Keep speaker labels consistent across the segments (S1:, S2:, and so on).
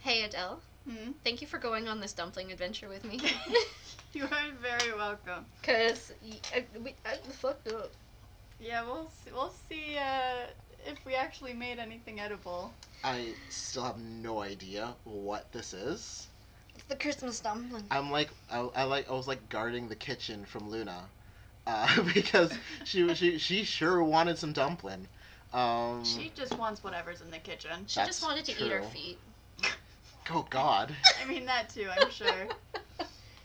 S1: Hey Adele,
S2: Hmm?
S1: thank you for going on this dumpling adventure with me.
S2: You are very welcome.
S1: Cause y- I, we, I fucked up.
S2: Yeah, we'll see, we'll see uh, if we actually made anything edible.
S3: I still have no idea what this is.
S1: It's the Christmas dumpling.
S3: I'm like I, I like I was like guarding the kitchen from Luna, uh, because she she she sure wanted some dumpling. Um,
S2: She just wants whatever's in the kitchen.
S1: she just
S3: that's
S1: wanted to eat her
S3: true.
S1: feet.
S3: oh God,
S2: I mean that too, I'm sure.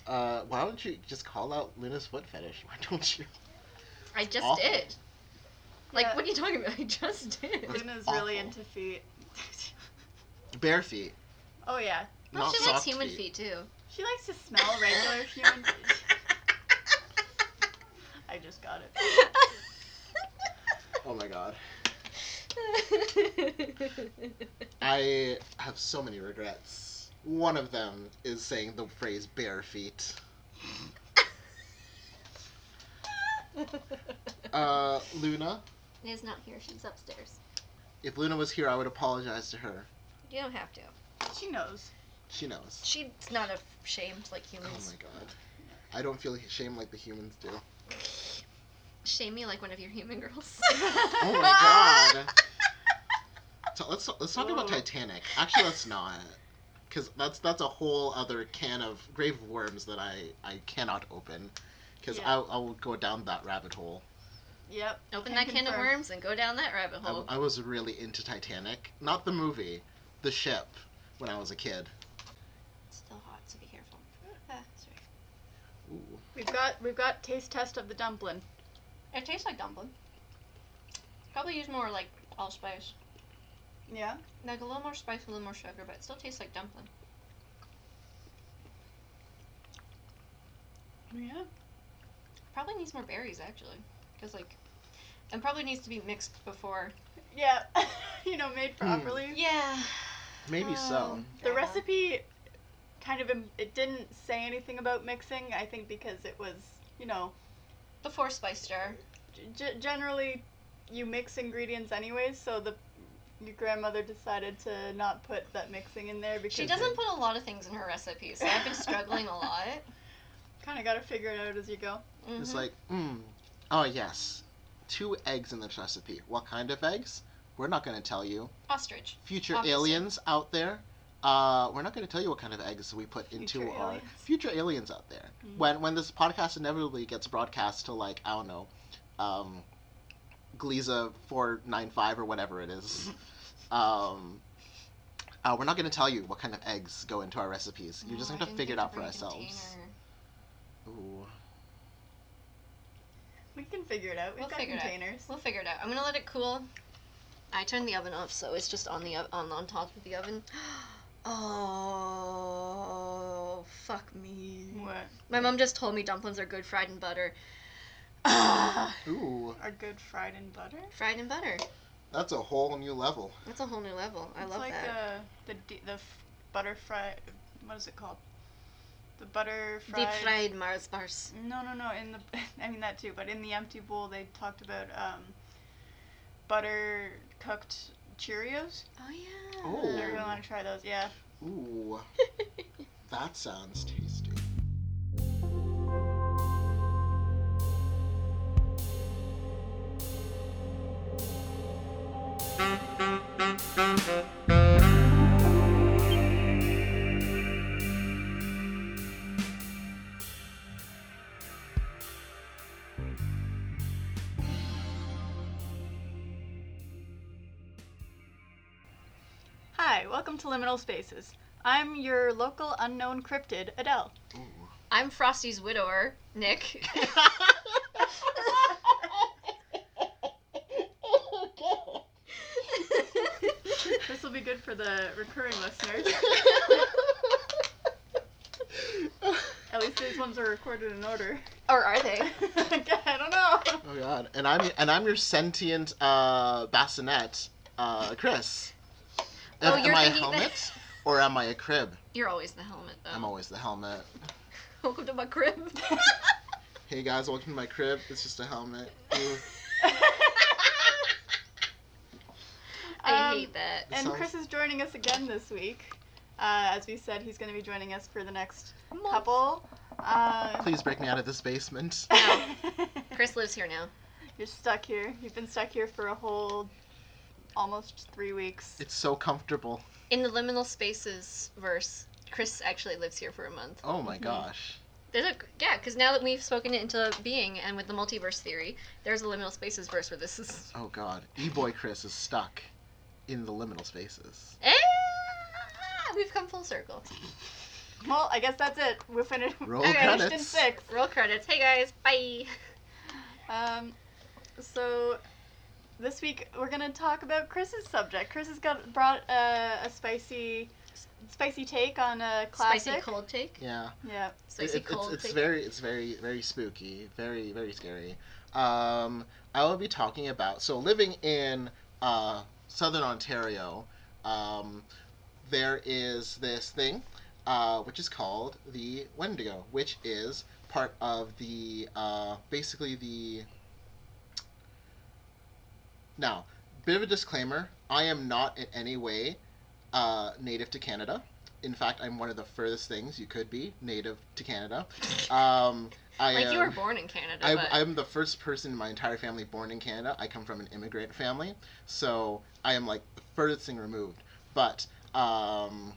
S3: uh, why don't you just call out Luna's foot fetish? Why don't you?
S1: I just
S3: Awful.
S1: did. Like,
S2: Yeah.
S1: what are you talking about? I just did.
S2: Luna's really
S3: awful.
S2: into feet.
S3: Bare feet,
S2: oh yeah,
S1: Well,
S3: not
S1: she likes
S3: soft
S1: human
S3: feet.
S1: feet, too.
S2: she likes to smell regular human. I just got it.
S3: Oh my God, I have so many regrets. One of them is saying the phrase bare feet. Uh, Luna,
S1: Nia's not here. She's upstairs.
S3: if Luna was here, I would apologize to her.
S1: You don't have to.
S2: She knows.
S3: She knows.
S1: She's not ashamed like
S3: Oh
S1: humans.
S3: my God, I don't feel shame like the humans do.
S1: Shame me like one of your human girls.
S3: Oh my god. So let's let's talk about
S2: Whoa.
S3: Titanic. Actually, let's not, because that's that's a whole other can of grave worms that I I cannot open, because
S2: Yeah.
S3: I I will go down that rabbit hole.
S2: Yep.
S1: Open
S2: Can
S1: that can of
S2: confirm.
S1: worms and go down that rabbit
S3: I,
S1: hole.
S3: I was really into Titanic, not the movie, the ship, when I was a kid.
S1: It's still hot, so be careful. Ah, sorry.
S3: Ooh.
S2: We've got we've got taste test of the dumpling.
S1: It tastes like dumpling. Probably use more like allspice.
S2: Yeah.
S1: Like a little more spice, a little more sugar, but it still tastes like dumpling.
S2: Yeah.
S1: Probably needs more berries actually, because like, and probably needs to be mixed before.
S2: Yeah. you know, made properly.
S1: Yeah.
S3: Maybe so.
S1: Um,
S2: The
S1: yeah.
S2: recipe kind of im- it didn't say anything about mixing. I think because it was you know
S1: before spice stir.
S2: g- g- generally you mix ingredients anyways. So the your grandmother decided to not put that mixing in there because
S1: She doesn't put a lot of things in her recipes, so I've been struggling a lot.
S2: kind of got to figure it out as you go.
S3: It's
S1: Mhm.
S3: like, mm, oh yes, two eggs in this recipe. What kind of eggs? We're not gonna tell you.
S1: ostrich.
S3: future
S1: Obviously.
S3: aliens out there. Uh, we're not going to tell you what kind of eggs we put into
S2: Future
S3: our
S2: aliens.
S3: future aliens out there.
S1: Mm-hmm.
S2: Mm.
S3: When when this podcast inevitably gets broadcast to like I don't know, um, Gliza four nine five or whatever it is, um, uh, we're not going to tell you what kind of eggs go into our recipes. You just
S1: No,
S3: have
S1: Oh, I
S3: to
S1: didn't
S3: figure it
S1: think
S3: out
S1: to
S3: for
S1: bring a
S3: ourselves.
S1: container.
S3: Ooh,
S2: We can figure it out. We've
S1: We'll
S2: got
S1: figure it out.
S2: containers.
S1: We'll figure it out. I'm gonna let it cool. I turned the oven off, so it's just on the ov- on on top of the oven. Oh fuck me!
S2: What
S1: My mom just told me dumplings are good fried in butter. Ah,
S3: ooh,
S2: are good fried in butter?
S1: fried in butter.
S3: that's a whole new level.
S1: That's a whole new level. I
S2: it's
S1: love
S2: like uh,
S1: that.
S2: the the d- the f- butter fry. What is it called? The butter fried.
S1: Deep fried Mars bars.
S2: No, no, no. In the I mean that too, but in the empty bowl they talked about um, butter cooked Cheerios.
S1: Oh yeah.
S3: Oh.
S2: I really want to try those. Yeah.
S3: Ooh, that sounds tasty.
S2: Hi, welcome to Liminal Spaces. I'm your local unknown cryptid, Adele.
S3: Ooh.
S1: I'm Frosty's widower, Nick.
S2: This will be good for the recurring listeners. At least these ones are recorded in order.
S1: or are they?
S2: I don't know.
S3: Oh god, and I'm and I'm your sentient uh, bassinet, uh, Chris.
S1: Oh,
S3: am
S1: you're
S3: I a
S1: thinking that-
S3: helmet or am I a crib?
S1: You're always the helmet, though.
S3: I'm always the helmet.
S1: Welcome to my crib.
S3: Hey guys, welcome to my crib. It's just a helmet. Ooh, it
S1: I
S2: Um,
S1: hate that.
S3: sounds-
S2: Um, And Chris is joining us again this week. Uh, as we said, he's going to be joining us for the next
S1: Month.
S2: couple. Uh,
S3: Please break me out of this basement.
S1: Chris lives here now.
S2: You're stuck here. You've been stuck here for a whole almost three weeks.
S3: It's so comfortable.
S1: In the liminal spaces verse, Chris actually lives here for a month.
S3: Oh my
S2: Mhm.
S3: gosh.
S1: There's a yeah, because now that we've spoken it into being and with the multiverse theory, there's a liminal spaces verse where this is.
S3: Oh god. E boy Chris is stuck in the liminal spaces.
S1: Ah, we've come full circle.
S2: Well, I guess that's it. We're finished.
S3: Roll
S2: we're finished in
S3: credits.
S2: six.
S1: Roll credits. Hey guys, bye.
S2: Um, so this week we're gonna talk about Chris's subject. Chris has got brought uh, a, a spicy, spicy take on a classic.
S1: Spicy cold take.
S3: Yeah.
S2: Yeah.
S1: Spicy
S3: It- it-
S1: cold
S3: it's, it's
S1: take.
S3: very it's very very spooky very very scary um i will be talking about so living in uh southern ontario um there is this thing uh which is called the wendigo which is part of the uh basically the now bit of a disclaimer i am not in any way uh native to canada in fact, I'm one of the furthest things you could be native to Canada. Um, I
S1: like
S3: am,
S1: you were born in Canada,
S3: I'm,
S1: but
S3: I'm the first person in my entire family born in Canada. I come from an immigrant family, so I am like the furthest thing removed. But um,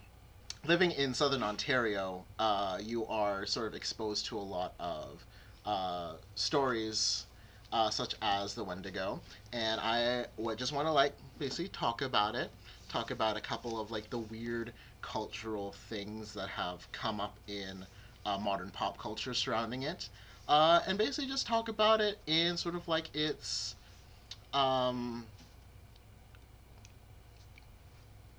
S3: living in southern Ontario, uh, you are sort of exposed to a lot of uh, stories. Uh, such as the Wendigo, and I would just want to like basically talk about it, talk about a couple of like the weird cultural things that have come up in uh, modern pop culture surrounding it, uh, and basically just talk about it in sort of like its um,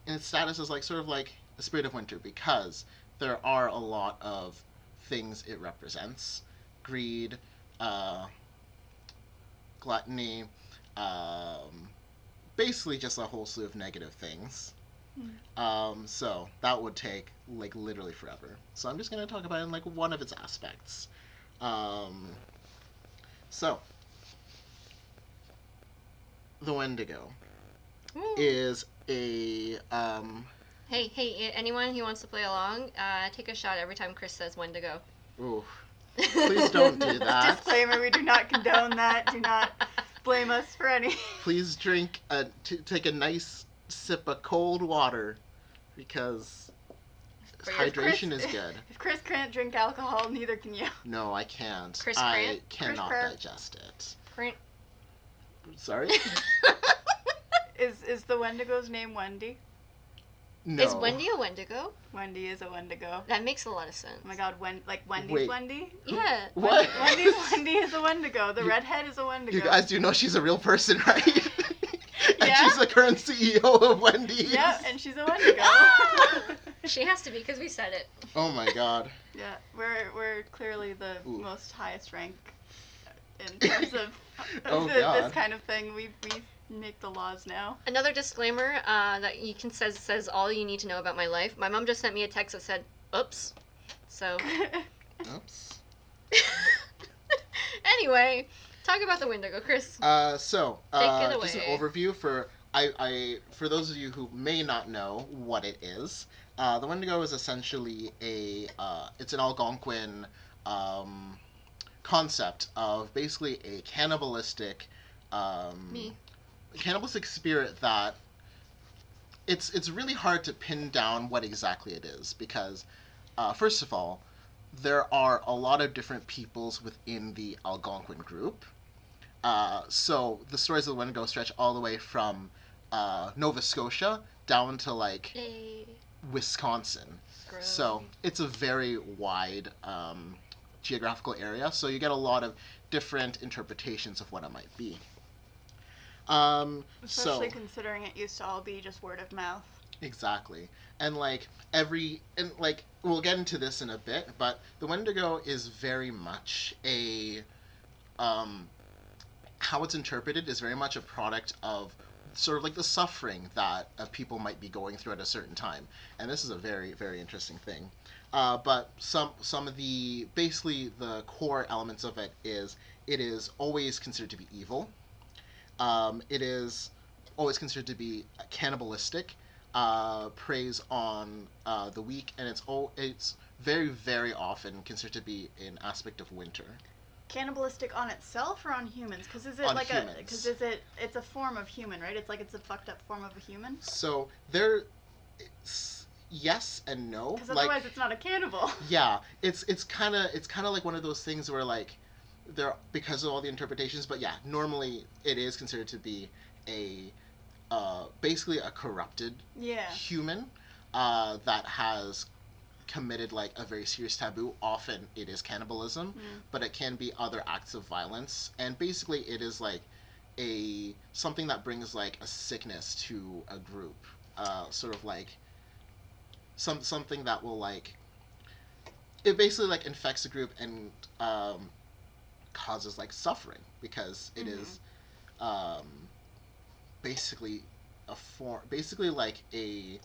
S3: in its status as like sort of like the spirit of winter because there are a lot of things it represents greed uh, gluttony um, basically just a whole slew of negative things um, so that would take like literally forever. So I'm just gonna talk about it in like one of its aspects. Um, so the Wendigo
S1: Ooh.
S3: is a um,
S1: hey, hey, anyone who wants to play along, uh, take a shot every time Chris says Wendigo.
S3: ooh, please don't do that.
S2: Disclaimer: We do not condone that. Do not blame us for any.
S3: Please drink a t- take a nice sip of cold water because
S1: For your
S3: hydration
S2: Chris-
S3: is good.
S2: If Chris can't drink alcohol, neither can you.
S3: No, I can't.
S1: Chris
S3: I
S1: Pratt?
S3: cannot
S2: Pratt?
S3: digest it.
S1: Print.
S3: Sorry.
S2: Is is the Wendigo's name Wendy?
S3: No.
S1: Is Wendy a Wendigo?
S2: Wendy is a Wendigo.
S1: That makes a lot of sense.
S2: Oh my God, Wen like Wendy's
S3: Wait.
S2: Wendy.
S1: Yeah.
S3: What?
S2: Wendy's Wendy is a Wendigo. The
S3: You-
S2: redhead is a Wendigo.
S3: You guys do know she's a real person, right? and
S2: Yeah.
S3: she's the current CEO of Wendy's.
S2: Yep, and she's a Wendigo.
S1: She has to be because we said it.
S3: Oh my god.
S2: yeah, we're we're clearly the
S3: Ooh.
S2: most highest rank in terms of
S3: Oh,
S2: the-
S3: God.
S2: this kind of thing. We we make the laws now.
S1: Another disclaimer uh, that you can says says all you need to know about my life. My mom just sent me a text that said, "Oops." So
S3: Oops.
S1: anyway, talk about the Wendigo, Chris.
S3: Uh, so,
S1: Take
S3: uh,
S1: it
S3: just an
S1: away.
S3: overview for I, I for those of you who may not know what it is. Uh, the Wendigo is essentially a uh, it's an Algonquin um, concept of basically a cannibalistic um,
S1: Me.
S3: cannibalistic spirit that it's it's really hard to pin down what exactly it is because uh, first of all there are a lot of different peoples within the algonquin group uh, so the stories of the wendigo stretch all the way from uh, nova scotia down to like
S1: Yay.
S3: wisconsin
S1: Gross.
S3: so it's a very wide um, geographical area, so you get a lot of different interpretations of what it might be. Um, so
S2: Especially considering it used to all be just word of mouth.
S3: exactly, and like every and like we'll get into this in a bit, but the Wendigo is very much a um, how it's interpreted is very much a product of sort of like the suffering that uh, people might be going through at a certain time and this is a very very interesting thing uh, but some some of the basically the core elements of it is it is always considered to be evil um, it is always considered to be cannibalistic uh, preys on uh, the weak, and it's all it's very very often considered to be an aspect of winter.
S2: Cannibalistic on itself or on humans? Because is it
S3: On
S2: like a?
S3: humans.
S2: Because is it? It's a form of human, right? It's like it's a fucked up form of a human.
S3: So there, it's yes and no.
S2: Because
S3: like-
S2: otherwise, it's not a cannibal.
S3: yeah it's it's kind of it's kind of like one of those things where like there because of all the interpretations but yeah normally it is considered to be a uh, basically a corrupted
S2: yeah.
S3: human uh, that has committed like a very serious taboo often it is cannibalism
S2: Mm.
S3: but it can be other acts of violence and basically it is like a something that brings like a sickness to a group uh, sort of like some something that will like it basically like infects the group and um, causes like suffering because it
S2: Mm-hmm.
S3: is um, basically a form basically like a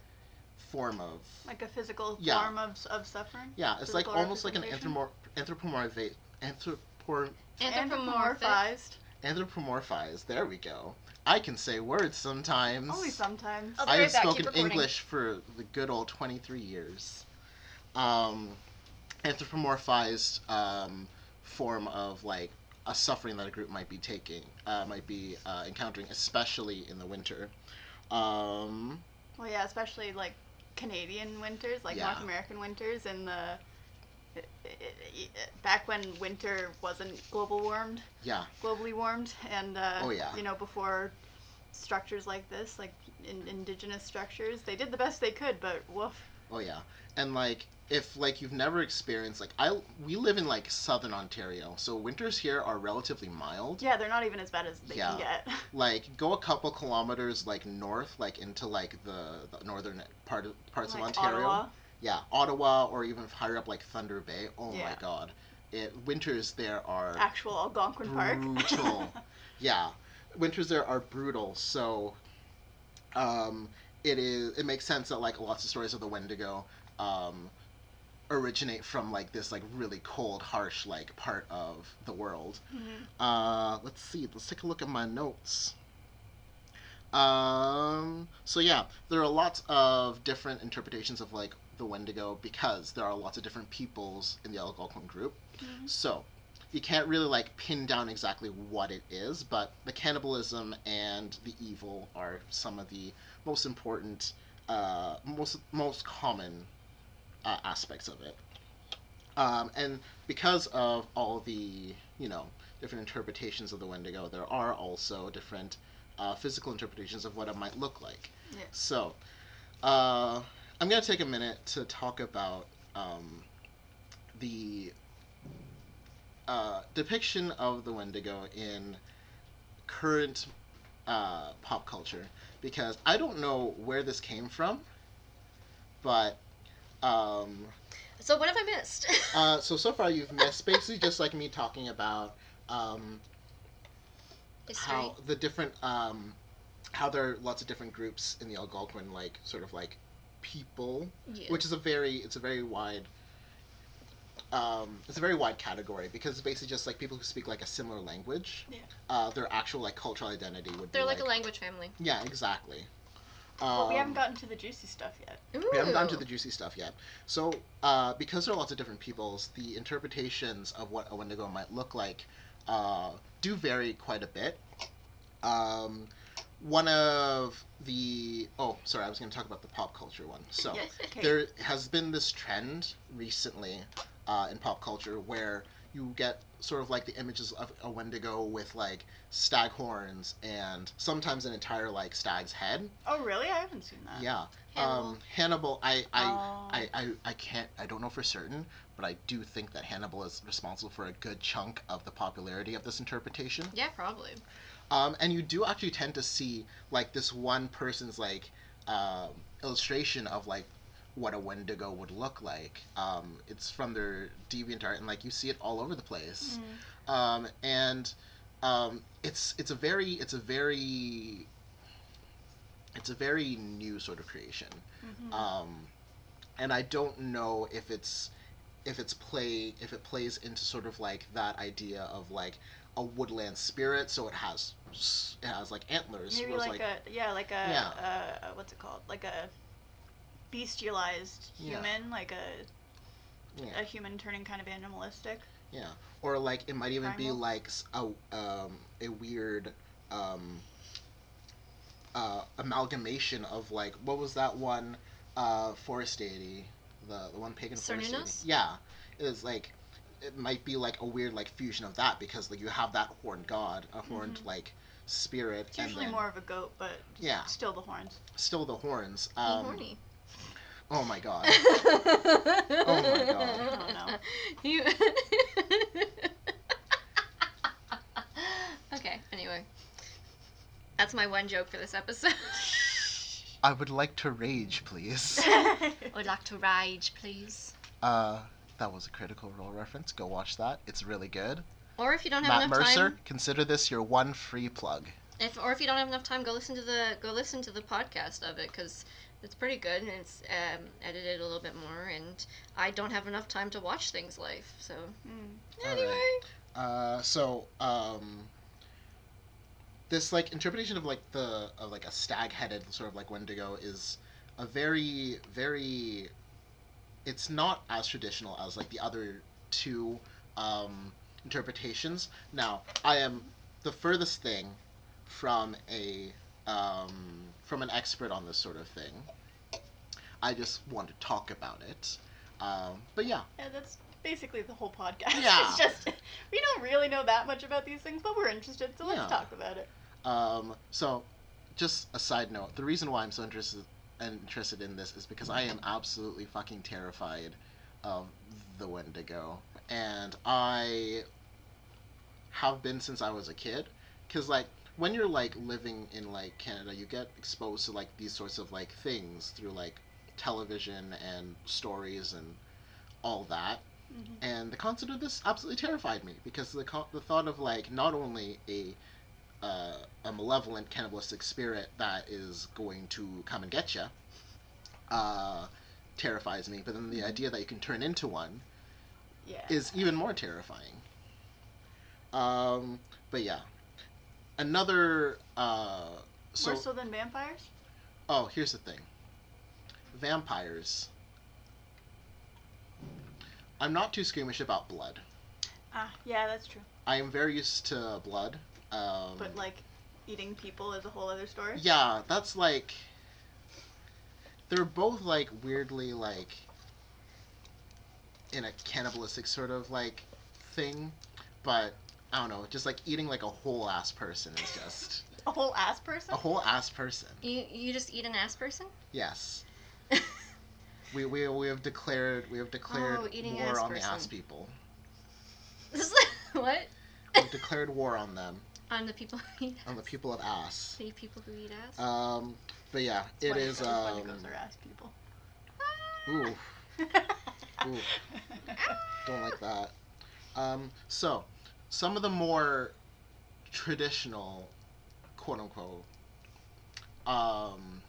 S3: form of
S2: Like a physical
S3: Yeah.
S2: form of s- of suffering.
S3: yeah it's like
S2: physical
S3: almost like an
S2: representation?
S3: anthropomor- anthropomorphic anthropor-
S1: Anthropomorphic.
S2: Anthropomorphized.
S3: anthropomorphized. There we go. I can say words sometimes.
S2: Only sometimes.
S1: Oh,
S3: I have
S1: Sorry, Beck, keep
S3: spoken
S1: recording.
S3: English for the good old 23 years. Um, anthropomorphized um, form of like a suffering that a group might be taking, uh, might be uh, encountering, especially in the winter. Um,
S2: Well, yeah, especially like Canadian winters, like
S3: Yeah.
S2: North American winters, and the i- i- i- back when winter wasn't global warmed,
S3: yeah,
S2: globally warmed, and uh,
S3: Oh, yeah.
S2: you know before structures like this, like in, indigenous structures, they did the best they could, but woof.
S3: oh yeah, and like if like you've never experienced like I we live in like southern Ontario, so winters here are relatively mild.
S2: Yeah, they're not even as bad as they can
S3: Yeah.
S2: get.
S3: like go a couple kilometers like north like into like the, the northern part of parts
S2: Like
S3: of ontario
S2: Ottawa.
S3: yeah ottawa or even higher up like thunder bay oh my
S2: Yeah.
S3: god it winters there are
S2: actual Algonquin Park.
S3: Brutal. yeah winters there are brutal so um it is it makes sense that like lots of stories of the wendigo um originate from like this like really cold harsh like part of the world
S2: Mhm.
S3: uh, let's see. Let's take a look at my notes. Um, so yeah, there are lots of different interpretations of like the Wendigo because there are lots of different peoples in the Algonquin group.
S2: Mhm.
S3: So you can't really like pin down exactly what it is, but the cannibalism and the evil are some of the most important, uh, most most common uh, aspects of it. Um, and because of all the you know different interpretations of the Wendigo, there are also different uh, physical interpretations of what it might look like.
S2: Yeah.
S3: So, uh, I'm gonna take a minute to talk about um, the uh, depiction of the Wendigo in current uh, pop culture because I don't know where this came from, but um,
S1: So what have I missed?
S3: uh, so so far you've missed basically just like me talking about um,
S1: History.
S3: how the different um, how there are lots of different groups in the Algonquin like sort of like people,
S1: Yeah.
S3: which is a very it's a very wide um, it's a very wide category because it's basically just like people who speak like a similar language.
S2: Yeah.
S3: Uh, their actual like cultural identity would
S1: They're
S3: be
S1: like, a language family.
S3: yeah exactly. Um,
S2: Well, we haven't gotten to the juicy stuff yet.
S1: Ooh.
S3: we haven't gotten to the juicy stuff yet. So, uh, because there are lots of different peoples, the interpretations of what a Wendigo might look like uh, do vary quite a bit. Um, one of the oh, sorry, I was going to talk about the pop culture one. So,
S2: Yes, okay.
S3: there has been this trend recently uh, in pop culture where you get sort of like the images of a Wendigo with like stag horns and sometimes an entire like stag's head.
S2: oh, really? I haven't seen that.
S3: Yeah.
S1: Hannibal.
S3: Um, Hannibal, I, I,
S2: Oh.
S3: I, I, I can't, I don't know for certain, but I do think that Hannibal is responsible for a good chunk of the popularity of this interpretation.
S1: yeah, probably.
S3: Um, and you do actually tend to see, like, this one person's, like, um, illustration of, like, what a Wendigo would look like. Um, it's from their DeviantArt, and, like, you see it all over the place
S2: Mm.
S3: um, and um, it's it's a very it's a very it's a very new sort of creation,
S2: Mhm.
S3: um, and I don't know if it's if it's play if it plays into sort of like that idea of like a woodland spirit, so it has it has like antlers,
S2: Maybe
S3: whereas,
S2: like, a yeah, like a
S3: Yeah.
S2: uh, uh, what's it called? Like a bestialized
S3: Yeah.
S2: human, like a
S3: Yeah.
S2: a human turning kind of animalistic.
S3: Yeah, or like it might even be
S2: Primal?
S3: like s- a um, a weird um, uh, amalgamation of like what was that one uh, forest deity, the the one pagan forest deity?
S1: Cernunnos?
S3: Yeah, it's like it might be like a weird like fusion of that because like you have that horned god, a horned
S2: Mhm.
S3: like spirit,
S2: It's usually
S3: and then
S2: more of a goat, but just
S3: Yeah.
S2: still the horns.
S3: still the horns.
S1: Be
S3: Um,
S1: horny.
S3: Oh my god.
S1: oh
S3: my God.
S2: Oh, no.
S1: You. okay. Anyway, that's my one joke for this episode.
S3: I would like to rage, please.
S2: Mm.
S1: Would like to rage, please.
S3: Uh, that was a Critical Role reference. Go watch that. It's really good.
S1: Or if you don't have
S3: Matt
S1: enough
S3: Mercer,
S1: time,
S3: consider this your one free plug.
S1: if or if you don't have enough time, go listen to the go listen to the podcast of it because it's pretty good and it's um, edited a little bit more. And I don't have enough time to watch things live, so
S2: Mm.
S3: All right.
S1: anyway.
S3: Uh, so um, this like interpretation of like the of like a stag-headed sort of like Wendigo is a very very. It's not as traditional as like the other two um, interpretations. Now I am the furthest thing from a um, from an expert on this sort of thing. I just want to talk about it. Um, but yeah,
S2: Yeah, that's basically the whole podcast.
S3: Yeah.
S2: it's just we don't really know that much about these things, but we're interested, so let's
S3: Yeah.
S2: talk about it.
S3: Um, so, just a side note: the reason why I'm so interested interested in this is because I am absolutely fucking terrified of the Wendigo, and I have been since I was a kid. Because like when you're like living in like Canada, you get exposed to like these sorts of like things through like television and stories and all that
S2: Mhm.
S3: and the concept of this absolutely terrified me because the co- the thought of like not only a uh, a malevolent cannibalistic spirit that is going to come and get you uh, terrifies me, but then the idea that you can turn into one
S2: Yeah.
S3: is even more terrifying. Um, but yeah, another uh, so
S2: more so than vampires?
S3: oh here's the thing, vampires. I'm not too squeamish about blood.
S2: Ah, yeah, that's true.
S3: I am very used to blood. Um,
S2: But like eating people is a whole other story.
S3: yeah, that's like they're both like weirdly like in a cannibalistic sort of like thing, but I don't know, just like eating like a whole ass person is just
S2: A whole ass person?
S3: a whole ass person.
S1: You you just eat an ass person?
S3: Yes, we we, we have declared we have declared
S1: Oh, eating
S3: war
S1: ass
S3: on the
S1: person.
S3: ass people.
S1: what?
S3: We've declared war on them,
S1: On the people who eat ass.
S3: on the people of ass.
S1: The people who eat ass.
S3: Um, but yeah,
S2: That's
S3: it
S2: why
S3: is.
S2: those
S3: Um,
S2: Wendigos are ass people.
S3: ooh. Ooh. Don't like that. Um, so, some of the more traditional, quote unquote, um,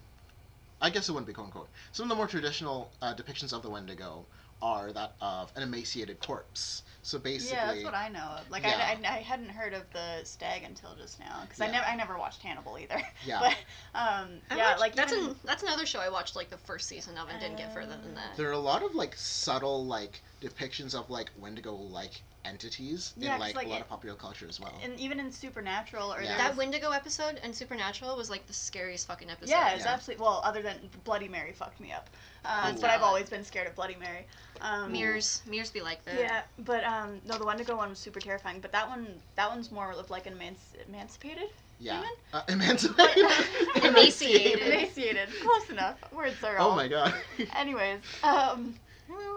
S3: I guess it wouldn't be quote unquote. Some of the more traditional uh, depictions of the Wendigo are that of an emaciated corpse. So basically,
S2: yeah, that's what I know of. Like
S3: Yeah.
S2: I, I, I hadn't heard of the stag until just now because I
S3: Yeah.
S2: never I never watched Hannibal either.
S3: yeah,
S2: But um,
S1: I
S2: yeah,
S1: watched-
S2: like
S1: that's
S2: even,
S1: an, that's another show I watched like the first season of and didn't get further than that.
S3: there are a lot of like subtle like depictions of like Wendigo like entities
S2: Yeah,
S3: in
S2: 'cause,
S3: like,
S2: like,
S3: a lot
S2: it-
S3: of popular culture as well.
S2: and even in Supernatural or
S3: Yeah.
S2: there
S1: That
S2: was-
S1: Wendigo episode and Supernatural was like the scariest fucking episode.
S2: Yeah, it's
S3: Yeah. Oh,
S2: absolutely. Well, other than Bloody Mary fucked me up, um,
S3: Ooh.
S2: but I've always been scared of Bloody Mary. Um,
S1: Mirrors, mirrors be like that.
S2: Yeah, but um, no, the Wendigo one was super terrifying. But that one, that one's more of like an emanci- emancipated,
S3: yeah,
S2: human?
S3: uh, emancipated,
S2: But-
S1: Emaciated.
S2: emaciated, close enough. Words are all.
S3: Oh my god.
S2: Anyways, um,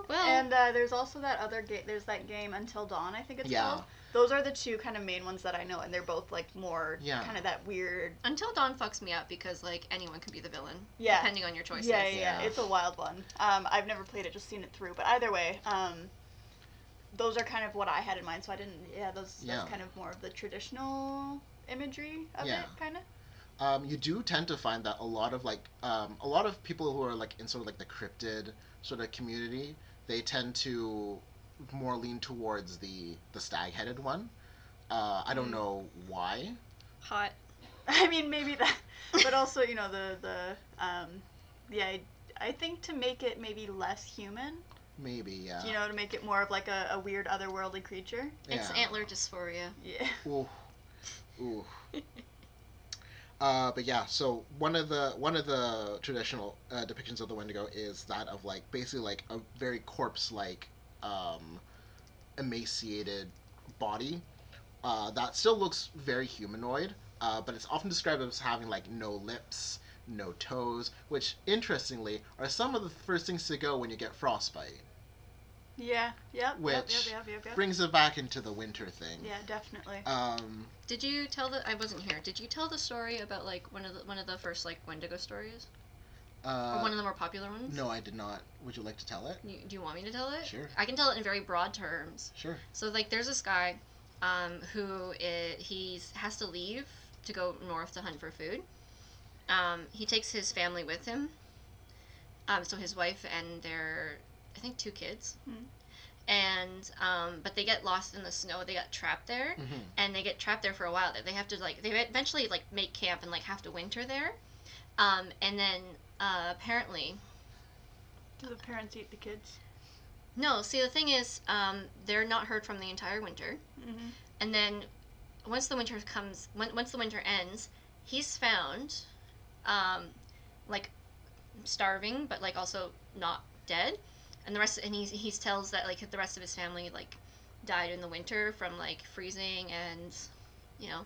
S1: Well,
S2: and uh, there's also that other game. There's that game Until Dawn, I think it's
S3: Yeah.
S2: called. Those are the two kind of main ones that I know, and they're both like more
S3: Yeah.
S2: kind of that weird.
S1: until dawn fucks me up because like anyone can be the villain,
S2: Yeah.
S1: depending on your choices.
S2: Yeah, yeah, yeah,
S3: Yeah.
S2: It's a wild one. Um, I've never played it, just seen it through. But either way, um, those are kind of what I had in mind. So I didn't. Yeah, those.
S3: Yeah.
S2: That's kind of more of the traditional imagery of
S3: Yeah.
S2: it, kind of.
S3: um, you do tend to find that a lot of like um, a lot of people who are like in sort of like the cryptid sort of community they tend to more lean towards the the stag-headed one uh, i don't
S2: Mm.
S3: know why
S1: Hot.
S2: I mean, maybe that. But also, you know, the the um, the i- I think to make it maybe less human,
S3: Maybe, yeah.
S2: you know, to make it more of like a, a weird otherworldly creature.
S1: It's
S3: Yeah.
S1: antler dysphoria.
S2: Yeah.
S3: Ooh. Ooh. Uh, but yeah, so one of the one of the traditional uh, depictions of the Wendigo is that of like basically like a very corpse-like, um, emaciated body uh, that still looks very humanoid, uh, but it's often described as having like no lips, no toes, which interestingly are some of the first things to go when you get frostbite.
S2: Yeah. Yep. yep. Yep.
S3: Which
S2: Yep. Yep. Yep.
S3: Brings it back into the winter thing.
S2: Yeah. Definitely.
S3: Um,
S1: Did you tell the? I wasn't here. Did you tell the story about like one of the one of the first like Wendigo stories,
S3: uh,
S1: or one of the more popular ones?
S3: No, I did not. Would you like to tell it?
S1: You, do you want me to tell it?
S3: Sure.
S1: I can tell it in very broad terms.
S3: Sure.
S1: So like, there's this guy, um, who i he's has to leave to go north to hunt for food. Um, he takes his family with him. Um, so his wife and their, I think two kids.
S2: Mhm.
S1: And um, but they get lost in the snow. They got trapped there.
S3: Mm-hmm.
S1: and they get trapped there for a while. They have to like they e, eventually like make camp and like have to winter there, um, and then uh, apparently
S2: Do the parents eat the kids?
S1: no. See the thing is, um, they're not heard from the entire winter,
S2: Mm-hmm.
S1: and then once the winter comes, when, once the winter ends, he's found, um, like starving, but like also not dead, and the rest and he he tells that like the rest of his family like died in the winter from like freezing and you know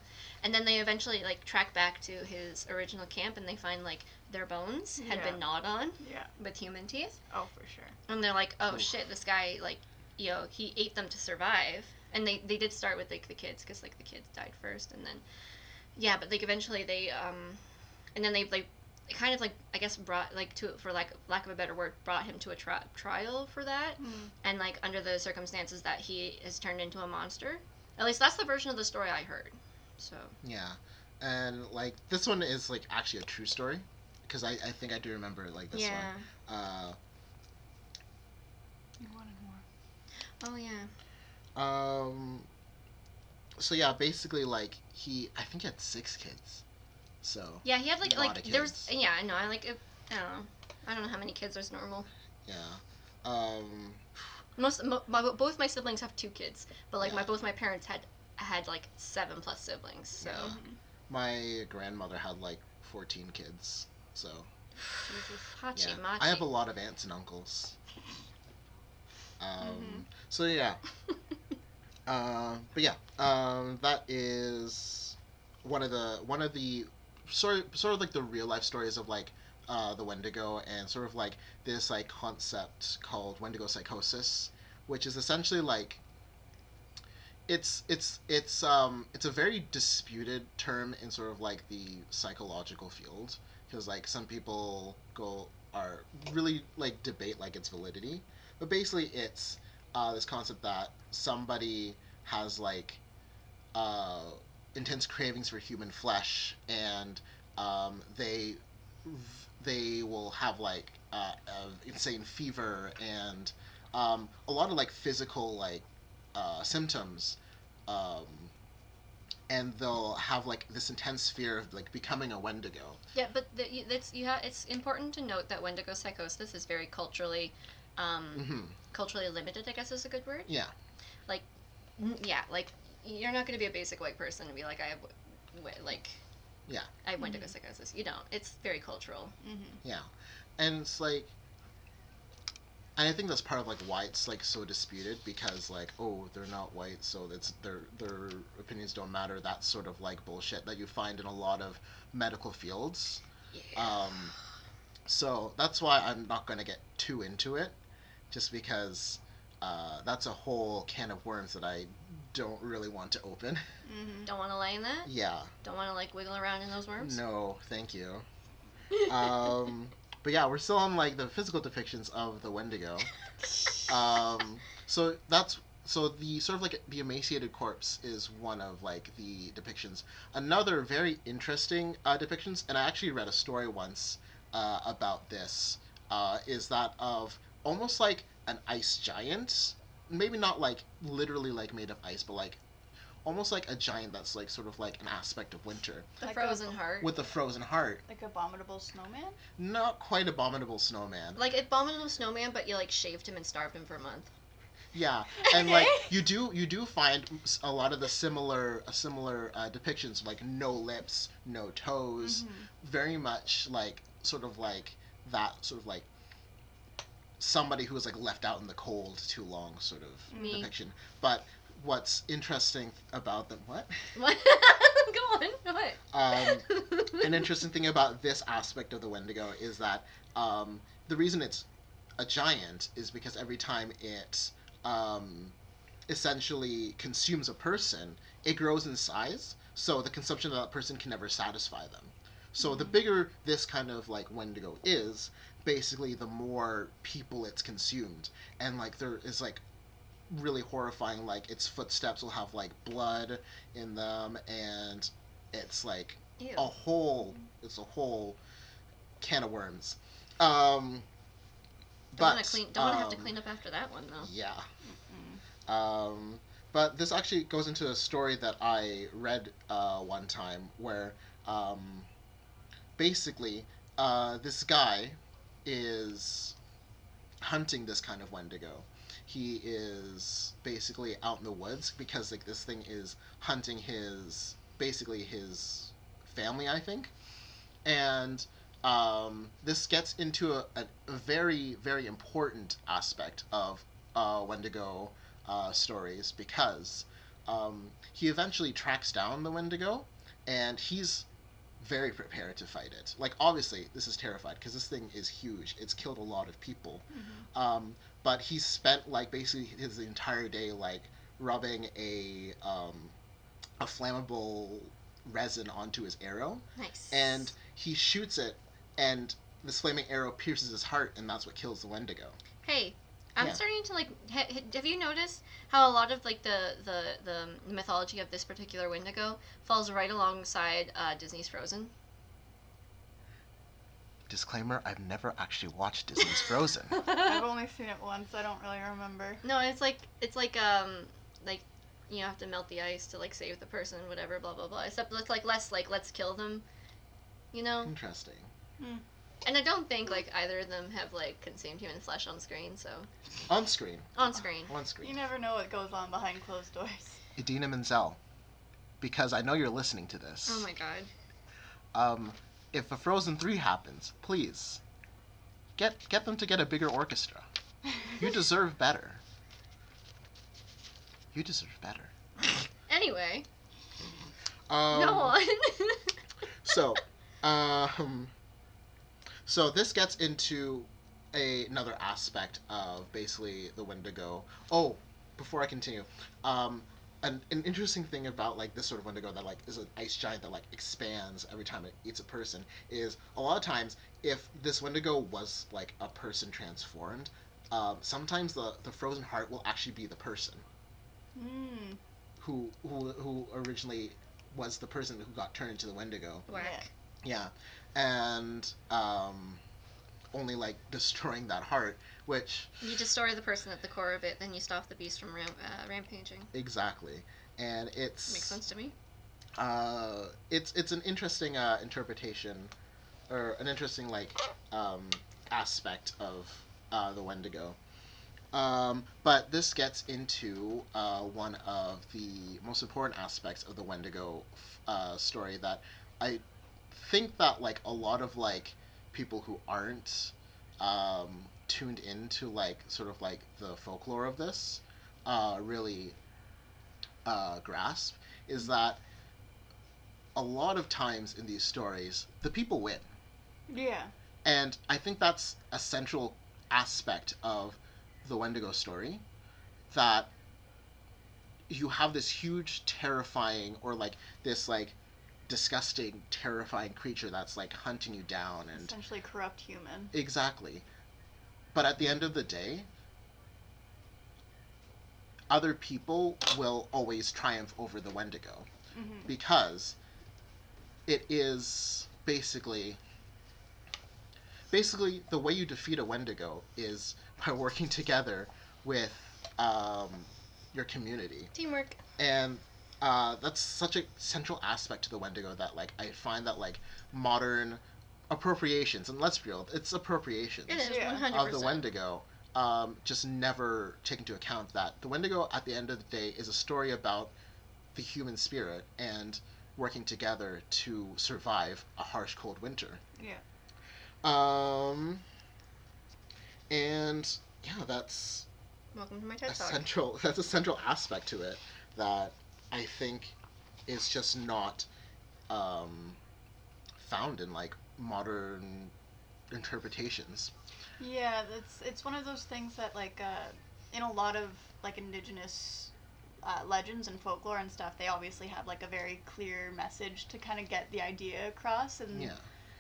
S1: and then they eventually like track back to his original camp and they find like their bones had
S2: Yeah.
S1: been gnawed on
S2: Yeah.
S1: with human teeth
S2: Oh, for sure.
S1: and they're like oh
S3: Oof.
S1: shit this guy like you know he ate them to survive and they they did start with like the kids because like the kids died first and then yeah but like eventually they um and then they like kind of like i guess brought like to for like lack of a better word brought him to a tri- trial for that
S2: Mm.
S1: and like under the circumstances that he is turned into a monster at least that's the version of the story i heard so
S3: Yeah, and like this one is like actually a true story, because I, I think I do remember like this
S1: yeah
S3: one. Uh,
S2: You
S1: oh
S2: wanted more.
S1: yeah
S3: um, so yeah, basically like he I think he had six kids, so
S1: yeah he had like
S3: Lot
S1: like
S3: of
S1: there was
S3: kids.
S1: yeah i know i like it, i don't know i don't know how many kids was normal
S3: yeah. Um,
S1: Most mo- my, both my siblings have two kids, but like my
S3: Yeah.
S1: both my parents had had like seven plus siblings. So mm-hmm.
S3: Yeah. my grandmother had like fourteen kids, so
S1: hachi
S3: yeah.
S1: machi.
S3: I have a lot of aunts and uncles. Um,
S1: Mm-hmm.
S3: so yeah, Um, but yeah, um, that is one of the one of the sort sort of like the real life stories of like uh, the Wendigo and sort of like this like concept called Wendigo psychosis, which is essentially like it's it's it's um it's a very disputed term in sort of like the psychological field because like some people go are really like debate like its validity, but basically it's uh, this concept that somebody has like uh, intense cravings for human flesh, and um, they they will have like uh, a insane fever and um, a lot of like physical like uh, symptoms. Um, and they'll have like this intense fear of like becoming a Wendigo.
S1: yeah, but the, you- that's you ha- It's important to note that Wendigo psychosis is very culturally, um,
S3: hmm
S1: culturally limited. I guess is a good word.
S3: Yeah.
S1: Mm, Yeah, like you're not going to be a basic white person and be like I have, w- w- like,
S3: Yeah.
S1: I have Wendigo
S2: Mhm.
S1: psychosis. You don't. It's very cultural.
S2: Mm-hmm.
S3: Yeah, and it's like, and I think that's part of like why it's like so disputed because like oh they're not white so that's their their opinions don't matter that sort of like bullshit that you find in a lot of medical fields.
S1: Yeah.
S3: Um, so that's why I'm not gonna get too into it, just because uh, that's a whole can of worms that I don't really want to open.
S2: Mm-hmm.
S1: don't want to lay in that.
S3: yeah.
S1: Don't want to like wiggle around in those worms.
S3: No, thank you. Um, but yeah, we're still on like the physical depictions of the Wendigo. Um, so that's so the sort of like the emaciated corpse is one of like the depictions. Another very interesting uh, depictions, and I actually read a story once uh, about this. Uh, is that of almost like an ice giant? Maybe not like literally like made of ice, but like almost like a giant that's like sort of like an aspect of winter
S1: The
S2: Like a-
S1: frozen heart.
S3: with a frozen heart.
S2: Like abominable snowman?
S3: Not quite abominable snowman.
S1: Like abominable snowman, but you like shaved him and starved him for a month.
S3: Yeah, and like
S2: Okay.
S3: you do you do find s- a lot of the similar uh, similar uh, depictions like no lips, no toes,
S2: Mhm.
S1: Mm-hmm.
S3: very much like sort of like that sort of like somebody who was like left out in the cold too long sort of
S1: Me.
S3: depiction. But what's interesting about them what
S1: What? Go on. What?
S3: um, an interesting thing about this aspect of the Wendigo is that um, the reason it's a giant is because every time it um, essentially consumes a person, it grows in size, so the consumption of that person can never satisfy them. So the
S2: Mhm.
S3: bigger this kind of like Wendigo is, basically the more people it's consumed, and like there is like really horrifying like its footsteps will have like blood in them and it's like
S1: Ew.
S3: a whole it's a whole can of worms um
S1: don't
S3: but
S1: want to clean. Don't want to have to
S3: um,
S1: clean up after that one though.
S3: yeah
S2: Mm.
S3: um but this actually goes into a story that i read uh one time where um basically uh this guy is hunting this kind of wendigo he is basically out in the woods because like this thing is hunting his basically his family i think and um, this gets into a, a, a very very important aspect of uh, wendigo uh, stories because um, he eventually tracks down the wendigo and he's very prepared to fight it like obviously this is terrified because this thing is huge it's killed a lot of people
S2: Mhm.
S3: um, but he spent like basically his entire day like rubbing a um, a flammable resin onto his arrow
S1: Nice.
S3: and he shoots it and this flaming arrow pierces his heart and that's what kills the wendigo
S1: Hey, I'm
S3: Yeah.
S1: starting to like. Ha- ha- have you noticed how a lot of like the the the mythology of this particular Wendigo falls right alongside uh, Disney's Frozen?
S3: disclaimer i've never actually watched disney's frozen
S2: Mm-hmm. I've
S1: no,
S2: only seen it once. I don't really remember.
S1: it's like it's like um like you have to melt the ice to like save the person, whatever, blah blah blah. Except it's like less like let's kill them, you know.
S2: Mm.
S3: interesting
S1: And I don't think like either of them have like consumed human flesh on screen. So
S3: on screen
S2: Ah.
S1: on screen,
S3: on screen
S2: You never know what goes on behind closed doors.
S3: edina menzel because i know you're listening to this
S1: oh my god.
S3: um, if a Frozen Three happens, please get get them to get a bigger orchestra. You deserve better. You deserve better.
S1: Anyway,
S3: Um,
S1: go on.
S3: so, um, so this gets into a, another aspect of basically the Wendigo. Oh, before I continue, um, an, an interesting thing about like this sort of Wendigo that like is an ice giant that like expands every time it eats a person is a lot of times if this Wendigo was like a person transformed, um, sometimes the the frozen heart will actually be the person
S2: Mm.
S3: who who who originally was the person who got turned into the Wendigo.
S1: Whack.
S3: Yeah, and um, only like destroying that heart, which
S1: You destroy the person at the core of it, then you stop the beast from ram- uh, rampaging.
S3: exactly, and it's
S1: Makes sense to me.
S3: Uh, it's it's an interesting uh, interpretation, or an interesting like um, aspect of uh, the Wendigo. Um, but this gets into uh, one of the most important aspects of the Wendigo uh, story that I think that like a lot of like people who aren't um, tuned into like sort of like the folklore of this uh, really uh, grasp is that a lot of times in these stories the people win
S2: Yeah.
S3: and I think that's a central aspect of the Wendigo story that you have this huge, terrifying, or like this like disgusting, terrifying creature that's like hunting you down and
S2: Essentially corrupt human.
S3: exactly. But at the end of the day, other people will always triumph over the Wendigo
S2: Mm-hmm.
S3: because it is basically basically the way you defeat a Wendigo is by working together with um, your community,
S1: Teamwork.
S3: and uh, that's such a central aspect to the Wendigo that like I find that like modern appropriations and let's be real, it's appropriations
S1: It is
S2: Yeah.
S1: one hundred
S3: of
S1: percent.
S3: the Wendigo um, just never take into account that the Wendigo at the end of the day is a story about the human spirit and working together to survive a harsh cold winter.
S2: Yeah.
S3: Um, and yeah, that's
S1: Welcome to my
S3: a
S1: TED talk.
S3: central that's a central aspect to it that I think is just not um, found in like modern interpretations.
S2: Yeah, it's it's one of those things that like uh, in a lot of like indigenous uh, legends and folklore and stuff, they obviously have like a very clear message to kind of get the idea across,
S1: Mm.
S2: and
S3: Yeah.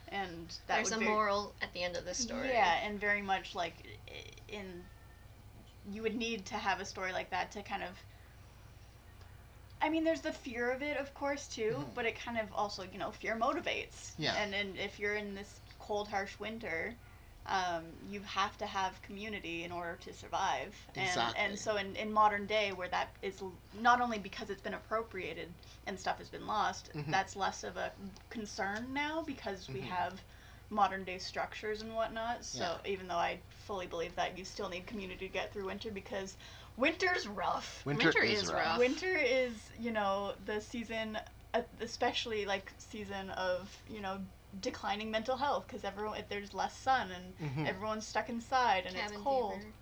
S2: and that
S1: There's
S2: would
S1: a
S2: very-
S1: moral at the end of this story.
S2: Yeah, and very much like i- in you would need to have a story like that to kind of I mean there's the fear of it of course too,
S3: Mhm.
S2: but it kind of also, you know, fear motivates.
S3: Yeah.
S2: And and if you're in this cold harsh winter, um, you have to have community in order to survive. And
S3: Exactly.
S2: and so in, in modern day where that is l- not only because it's been appropriated and stuff has been lost,
S3: Mhm.
S2: that's less of a concern now because we
S3: Mhm.
S2: have modern day structures and whatnot. So even though I fully believe that, you still need community to get through winter because winter's rough.
S1: Winter Winter is is rough. rough.
S2: Winter is you know the season, uh, especially like season of you know declining mental health because everyone if there's less sun and
S3: Mhm.
S2: everyone's stuck inside and
S1: Cabin
S2: it's cold.
S1: fever.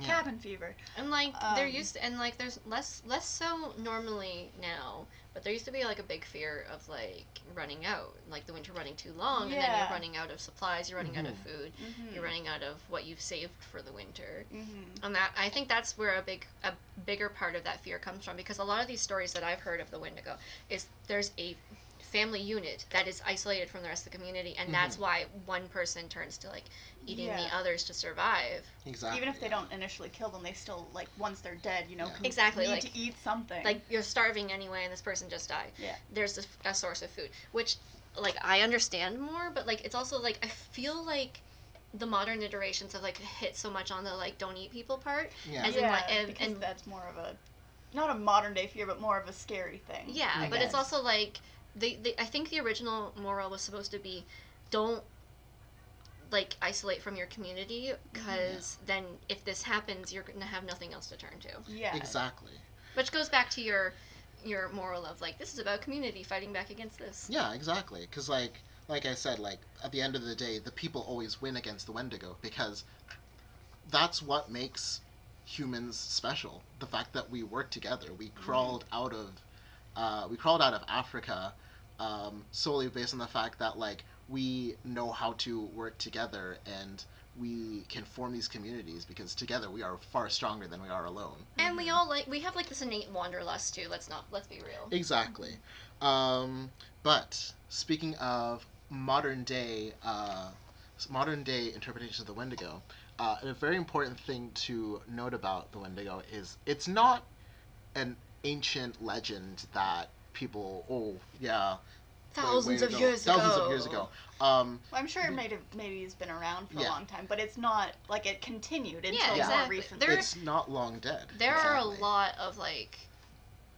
S3: Yeah.
S2: Cabin fever.
S1: And like there
S2: Um,
S1: used to, and like there's less less so normally now, but there used to be like a big fear of like running out, like the winter running too long, and then
S2: Yeah.
S1: you're running out of supplies, you're running out of
S3: Mhm.
S1: food,
S2: Mm-hmm.
S1: you're running out of what you've saved for the winter.
S2: Mm-hmm.
S1: And that I think that's where a big a bigger part of that fear comes from because a lot of these stories that I've heard of the Wendigo is there's a family unit that is isolated from the rest of the community and that's why one person turns to like eating the
S2: Yeah.
S1: others to survive.
S3: Exactly.
S2: Even if they
S3: yeah.
S2: don't initially kill them, they still like once they're dead, you know,
S3: Yeah.
S2: can-
S1: Exactly,
S2: need
S1: like-
S2: to eat something.
S1: like you're starving anyway and this person just died
S2: Yeah.
S1: there's a, a source of food which like i understand more but like it's also like i feel like the modern iterations have like hit so much on the like don't eat people part
S3: Yeah.
S1: as in, like, and-
S2: because
S1: and-
S2: that's more of a not a modern day fear, but more of a scary thing.
S1: yeah
S2: I
S1: but it's
S2: guess.
S1: also like they, they i think the original moral was supposed to be don't like isolate from your community
S2: Mm-hmm.
S1: because then if this happens you're gonna have nothing else to turn to
S2: yeah,
S3: Exactly.
S1: which goes back to your your moral of like this is about community fighting back against this
S3: Yeah, exactly. Because like like I said, like at the end of the day, the people always win against the Wendigo because that's what makes humans special. The fact that we work together. We
S2: Mm-hmm.
S3: crawled out of uh, we crawled out of Africa um, solely based on the fact that like we know how to work together and we can form these communities because together we are far stronger than we are alone.
S1: And we all like we have like this innate wanderlust too. Let's not let's be real.
S3: Exactly. Um, but speaking of modern day, uh, s- modern day interpretations of the Wendigo, uh, a very important thing to note about the Wendigo is it's not an ancient legend that people oh yeah way, way
S1: Thousands of years ago.
S3: thousands of years ago um
S2: Well, I'm sure it may have maybe has been around for a
S3: Yeah.
S2: long time, but it's not like it continued until
S1: Yeah,
S2: more
S1: exactly.
S2: recently.
S1: There-
S3: it's not long dead
S1: There are a
S3: exactly.
S1: lot of like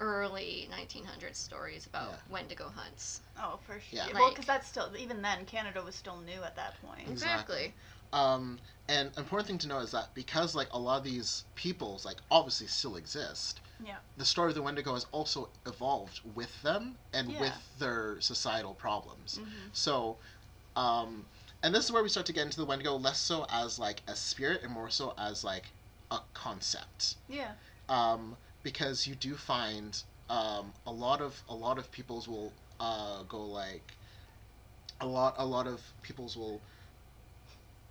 S1: early 1900s stories about
S3: Yeah.
S1: Wendigo hunts.
S2: oh, for sure.
S3: Yeah.
S2: Well, 'cause well,
S1: Like-
S2: because that's still even then Canada was still new at that point.
S3: Exactly. Um, and important thing to know is that because like a lot of these peoples like obviously still exist.
S2: Yeah.
S3: The story of the Wendigo has also evolved with them and
S2: Yeah.
S3: with their societal problems.
S2: Mhm.
S3: So, um, and this is where we start to get into the Wendigo less so as like a spirit and more so as like a concept
S2: Yeah.
S3: um, because you do find um, a lot of a lot of peoples will uh, go like a lot a lot of peoples will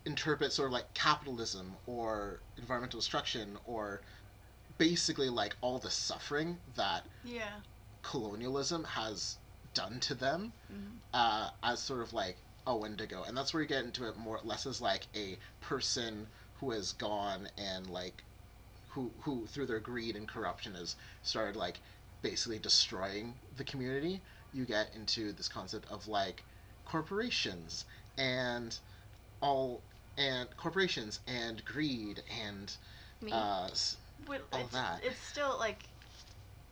S3: interpret sort of like capitalism or environmental destruction or basically like all the suffering that
S2: Yeah.
S3: colonialism has done to them
S2: Mhm.
S3: uh, as sort of like a Wendigo, and that's where you get into it more less as like a person who has gone and like who who through their greed and corruption has started like basically destroying the community. You get into this concept of like corporations and all and corporations and greed and
S1: Me.
S3: uh, s-
S2: Well,
S3: All
S2: it's,
S3: that.
S2: it's still like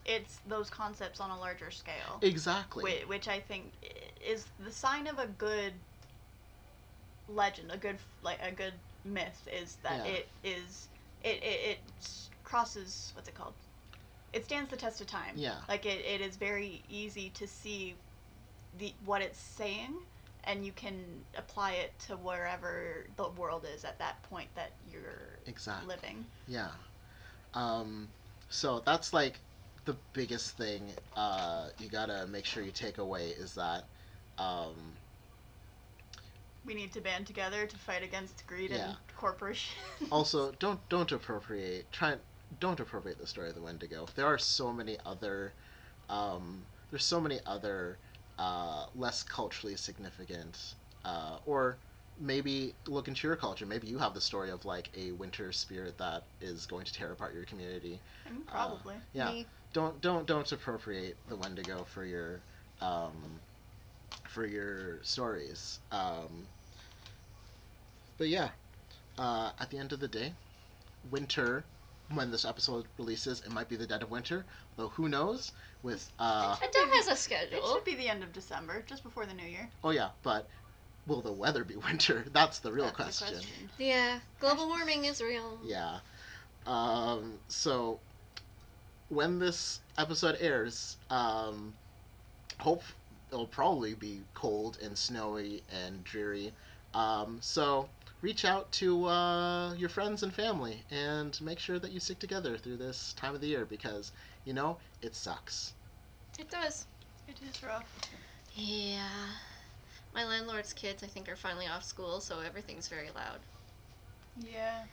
S2: it's those concepts on a larger scale,
S3: Exactly.
S2: which, which I think is the sign of a good legend, a good like a good myth is that
S3: Yeah.
S2: it is it, it it s- crosses what's it called? It stands the test of time.
S3: Yeah.
S2: Like it, it is very easy to see the what it's saying and you can apply it to wherever the world is at that point that you're
S3: Exactly.
S2: living.
S3: Yeah. Um, so that's like the biggest thing uh, you gotta make sure you take away is that um,
S2: We need to band together to fight against greed and
S3: Yeah.
S2: corporations.
S3: also don't don't appropriate try don't appropriate the story of the Wendigo. There are so many other um, there's so many other uh, less culturally significant uh, or maybe look into your culture. Maybe you have the story of like a winter spirit that is going to tear apart your community.
S2: I mean, probably.
S3: Yeah.
S1: Me-
S3: don't don't don't appropriate the Wendigo for your um, for your stories. Um, but yeah, uh, at the end of the day, winter. When this episode releases, it might be the dead of winter, though who knows? With uh,
S1: Adam has a
S2: It
S1: schedule.
S2: should be the end of December, just before the new year.
S3: oh yeah, but will the weather be winter? That's the real
S2: That's the
S3: question.
S1: Yeah, global warming is real.
S3: Yeah. Um, so when this episode airs, um, hope it'll probably be cold and snowy and dreary. Um, so reach out to uh, your friends and family and make sure that you stick together through this time of the year because you know it sucks.
S1: It does.
S2: It is rough.
S1: Yeah. My landlord's kids, I think, are finally off school, so everything's very loud.
S2: Yeah.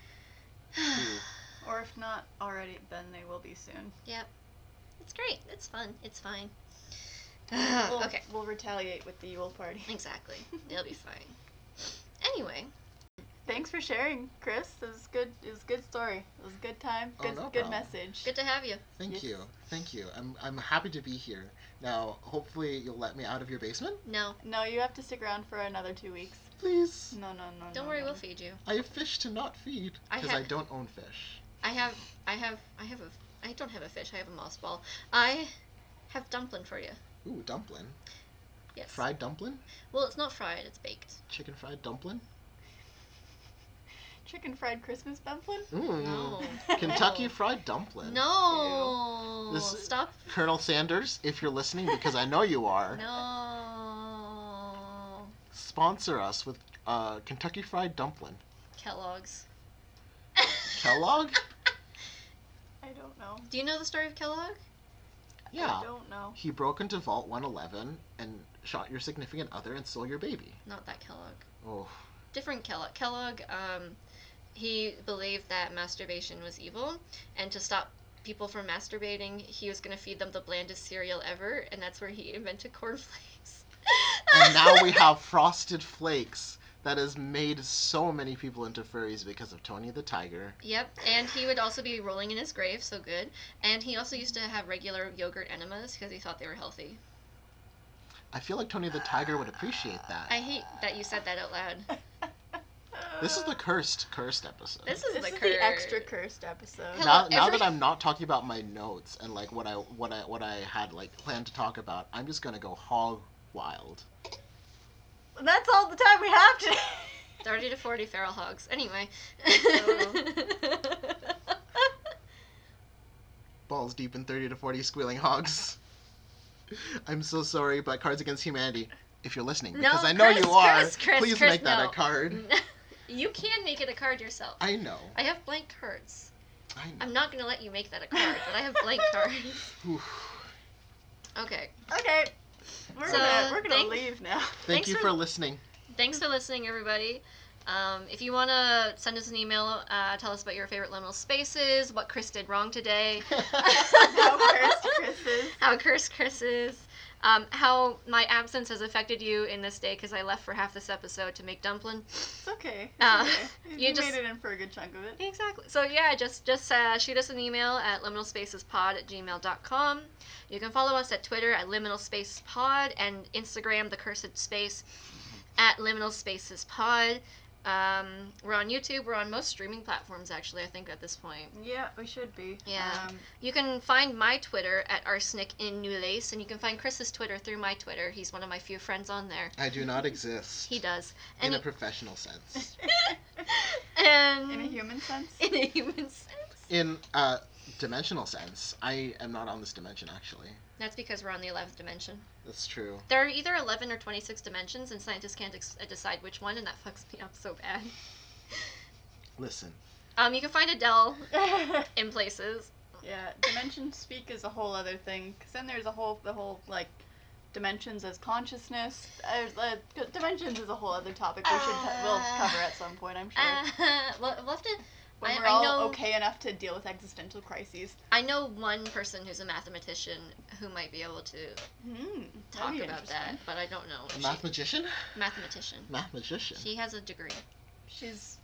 S2: Or if not already, then they will be soon.
S1: it's great. It's fun. It's fine.
S2: we'll,
S1: okay.
S2: We'll retaliate with the Yule party.
S1: Exactly. It'll be fine. Anyway,
S2: Thanks for sharing, Chris. It was good. It was a good story. It was a good time.
S3: Oh,
S2: Good,
S3: no
S2: good
S3: problem.
S2: message.
S1: good to have you.
S3: Thank
S2: Yes.
S3: you. Thank you. I'm, I'm happy to be here. Now, hopefully, you'll let me out of your basement,
S1: No,
S2: No, you have to stick around for another two weeks.
S3: please.
S2: No, no, no.
S1: don't
S2: no,
S1: worry.
S2: no.
S1: We'll feed you.
S3: I have fish to not feed
S1: Mm. I
S3: because
S1: ha-
S3: I don't own fish.
S1: I have. I have. I have a. I don't have a fish. I have a moss ball. I have dumpling for you.
S3: Ooh, dumpling.
S1: Yes.
S3: Fried dumpling?
S1: Well, it's not fried. It's baked.
S3: Chicken fried dumpling?
S2: Chicken fried Christmas dumpling.
S3: Ooh.
S1: No.
S3: Kentucky fried dumpling.
S1: No.
S3: Oh, This-
S1: Stop.
S3: Colonel Sanders, if you're listening, because I know you are,
S1: No.
S3: sponsor us with uh, Kentucky fried dumpling.
S1: Kellogg's.
S3: Kellogg?
S2: I don't know.
S1: Do you know the story of Kellogg?
S2: I
S3: Yeah.
S2: don't know.
S3: He broke into Vault 111 and shot your significant other and stole your baby.
S1: Not that Kellogg.
S3: Oh.
S1: different Kellogg. Kellogg, um, he believed that masturbation was evil, and to stop people from masturbating, he was going to feed them the blandest cereal ever, and that's where he invented cornflakes.
S3: And now we have Frosted Flakes that has made so many people into furries because of Tony the Tiger.
S1: Yep, and he would also be rolling in his grave, so good. And he also used to have regular yogurt enemas because he thought they were healthy.
S3: I feel like Tony the Tiger would appreciate that.
S1: I hate that you said that out loud.
S3: This is the cursed, cursed episode.
S1: This is,
S2: This
S1: the,
S2: is
S1: curse.
S2: the extra cursed episode.
S1: Hello,
S3: now, now
S1: every-
S3: that I'm not talking about my notes and like what I what I what I had like planned to talk about, I'm just gonna go hog wild.
S2: That's all the time we have today.
S1: 30 to 40 feral hogs. Anyway.
S3: Oh. Balls deep in 30 to 40 squealing hogs. I'm so sorry, but Cards Against Humanity, if you're listening,
S1: No,
S3: because I know
S1: Chris,
S3: you are,
S1: Chris, Chris,
S3: please
S1: Chris,
S3: make that
S1: no.
S3: a card.
S1: you can make it a card yourself.
S3: I know.
S1: I have blank cards.
S3: I know.
S1: I'm not gonna let you make that a card, but I have blank cards.
S3: Oof.
S1: Okay.
S2: okay. We're
S1: So,
S2: gonna we're gonna
S1: thank-
S2: leave now.
S3: Thank
S1: Thanks
S3: you
S1: for-
S3: for, listening.
S1: Thanks for listening, everybody. Um, if you wanna send us an email, uh, tell us about your favorite liminal spaces, what Chris did wrong today,
S2: How cursed Chris is.
S1: how cursed Chris is, um, how my absence has affected you in this day because I left for half this episode to make dumpling.
S2: It's okay. It's
S1: Uh,
S2: okay.
S1: you
S2: You,
S1: just-
S2: made it in for a good chunk of it.
S1: Exactly. So yeah, just just uh, shoot us an email at liminalspacepod at gmail.com. You can follow us at Twitter at liminal spaces pod and Instagram the cursed space at liminal spaces pod. Um, we're on YouTube. We're on most streaming platforms, actually, I think, at this point.
S2: Yeah, we should be.
S1: Yeah.
S2: Um,
S1: You can find my Twitter at arsenic in new lace, and you can find Chris's Twitter through my Twitter. He's one of my few friends on there.
S3: I do not exist
S1: He does.
S3: in
S1: And
S3: a professional sense.
S1: and
S2: in a human sense.
S1: in a human sense.
S3: in a dimensional sense, I am not on this dimension actually.
S1: That's because we're on the 11th dimension.
S3: That's true.
S1: There are either 11 or 26 dimensions, and scientists can't ex- uh, decide which one, and that fucks me up so bad.
S3: Listen,
S1: Um, you can find Adele
S2: yeah,
S1: in places.
S2: dimension speak is a whole other thing. Cause then there's a whole the whole like dimensions as consciousness. Uh, uh, d- dimensions is a whole other topic we should t- we'll
S1: Uh,
S2: cover at some point. I'm sure.
S1: Uh, we'll, we'll have to.
S2: when
S1: I-
S2: we're
S1: I
S2: all
S1: know-
S2: okay enough to deal with existential crises.
S1: I know one person who's a mathematician who might be able to
S2: Hmm.
S1: talk about that, but I don't know. if
S3: a
S1: she-
S3: math magician,
S1: mathematician.
S3: math magician.
S1: She has a degree.
S2: She's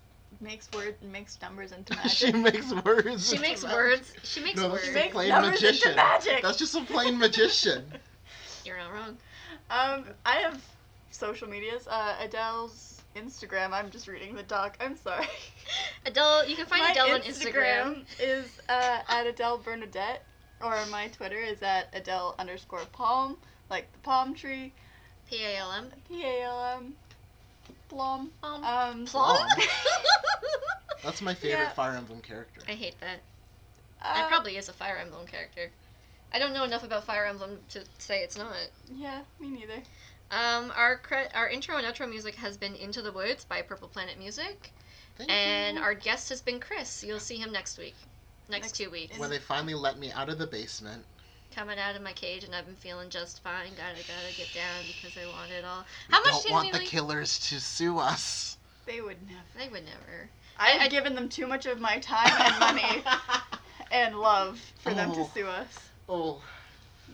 S2: makes word makes numbers into
S3: she
S2: magic.
S3: makes words.
S1: She
S3: into
S1: makes
S3: math.
S1: words. She makes
S3: No, that's
S1: words.
S3: just a
S2: Makes
S3: plain
S2: numbers into
S3: magician.
S2: magic.
S3: That's just a plain magician.
S1: You're not wrong.
S2: um, I have social medias. Uh, Adele's Instagram. I'm just reading the doc. I'm sorry.
S1: Adele, you can find
S2: my
S1: Adele on Instagram.
S2: is uh, at Adele Bernadette, or my Twitter is at Adele underscore Palm, like the palm tree.
S1: P A L M.
S2: P A L M. Plum.
S1: Um,
S2: Um.
S1: plum?
S3: Plum. That's my favorite
S2: Yeah.
S3: Fire Emblem character.
S1: I hate that.
S2: uh,
S1: that probably is a Fire Emblem character. I don't know enough about Fire Emblem to say it's not.
S2: Yeah, me neither.
S1: Um, our cre- our intro and outro music has been Into the Woods by Purple Planet Music,
S3: Thank
S1: and
S3: you.
S1: our guest has been Chris. You'll see him next week, next,
S2: Next-
S1: two weeks.
S3: when they finally let me out of the basement,
S1: Coming out of my cage, and I've been feeling just fine. Gotta gotta get down because I want it all. How much
S3: don't
S1: did
S3: want
S1: we
S3: the
S1: like?
S3: killers to sue us.
S2: They would never.
S1: I would never.
S2: I
S1: I-
S2: had given them too much of my time and money and love for them to
S3: Oh.
S2: sue us.
S3: oh,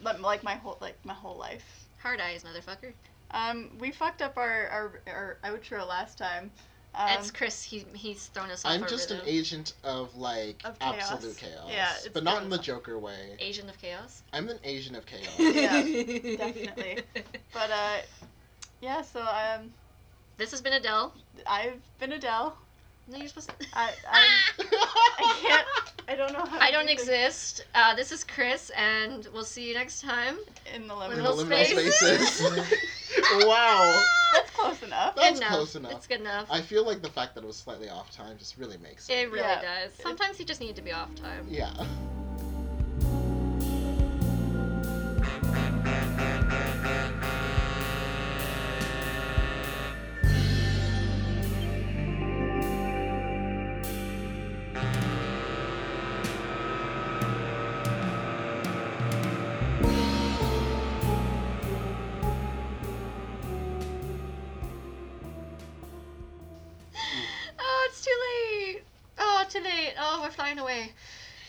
S2: Like- Like my whole like my whole life.
S1: Hard eyes, motherfucker.
S2: Um, we fucked up our our, our outro last time. Um,
S1: That's Chris. He he's thrown us off.
S3: I'm
S1: our
S3: just an
S1: rhythm.
S3: agent of like
S2: Of chaos.
S3: absolute chaos.
S2: Yeah, it's
S3: but not in the
S2: brutal.
S3: Joker way.
S1: Agent of Chaos.
S3: I'm an agent of chaos.
S2: Yeah, definitely. but uh, yeah. So um,
S1: This has been Adele.
S2: I've been Adele.
S1: No, you're supposed to.
S2: I I'm, I can't. I don't know how. to
S1: I don't
S2: do things
S1: exist. Uh, this is Chris, and we'll see you next time.
S2: in the
S3: In
S2: living
S1: Little
S3: the liminal
S1: spaces.
S3: spaces. wow,
S2: That's close enough.
S3: that's close enough.
S1: It's good enough.
S3: I feel like the fact that it was slightly off time just really makes it.
S1: It really
S2: Yeah.
S1: does. Sometimes you just need to be off time.
S3: Yeah.
S1: Oh, it's too late. Oh, too late. Oh, we're flying away.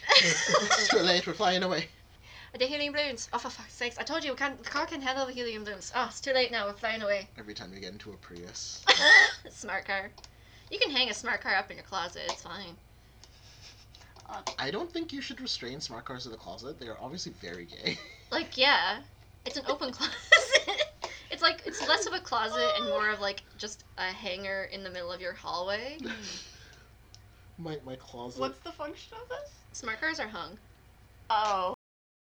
S3: it's too late. We're flying away.
S1: the helium balloons. Oh, for fuck's sakes. I told you, we can't, the car can handle the helium balloons. Oh, it's too late now. We're flying away.
S3: Every time you get into a Prius.
S1: smart car. You can hang a smart car up in your closet. It's fine.
S3: I don't think you should restrain smart cars to the closet. They are obviously very gay.
S1: Like, yeah. It's an open closet. it's like, it's less of a closet and more of like just a hanger in the middle of your hallway.
S3: my my closet.
S2: What's the function of this?
S1: Smart cars are hung.
S2: Oh.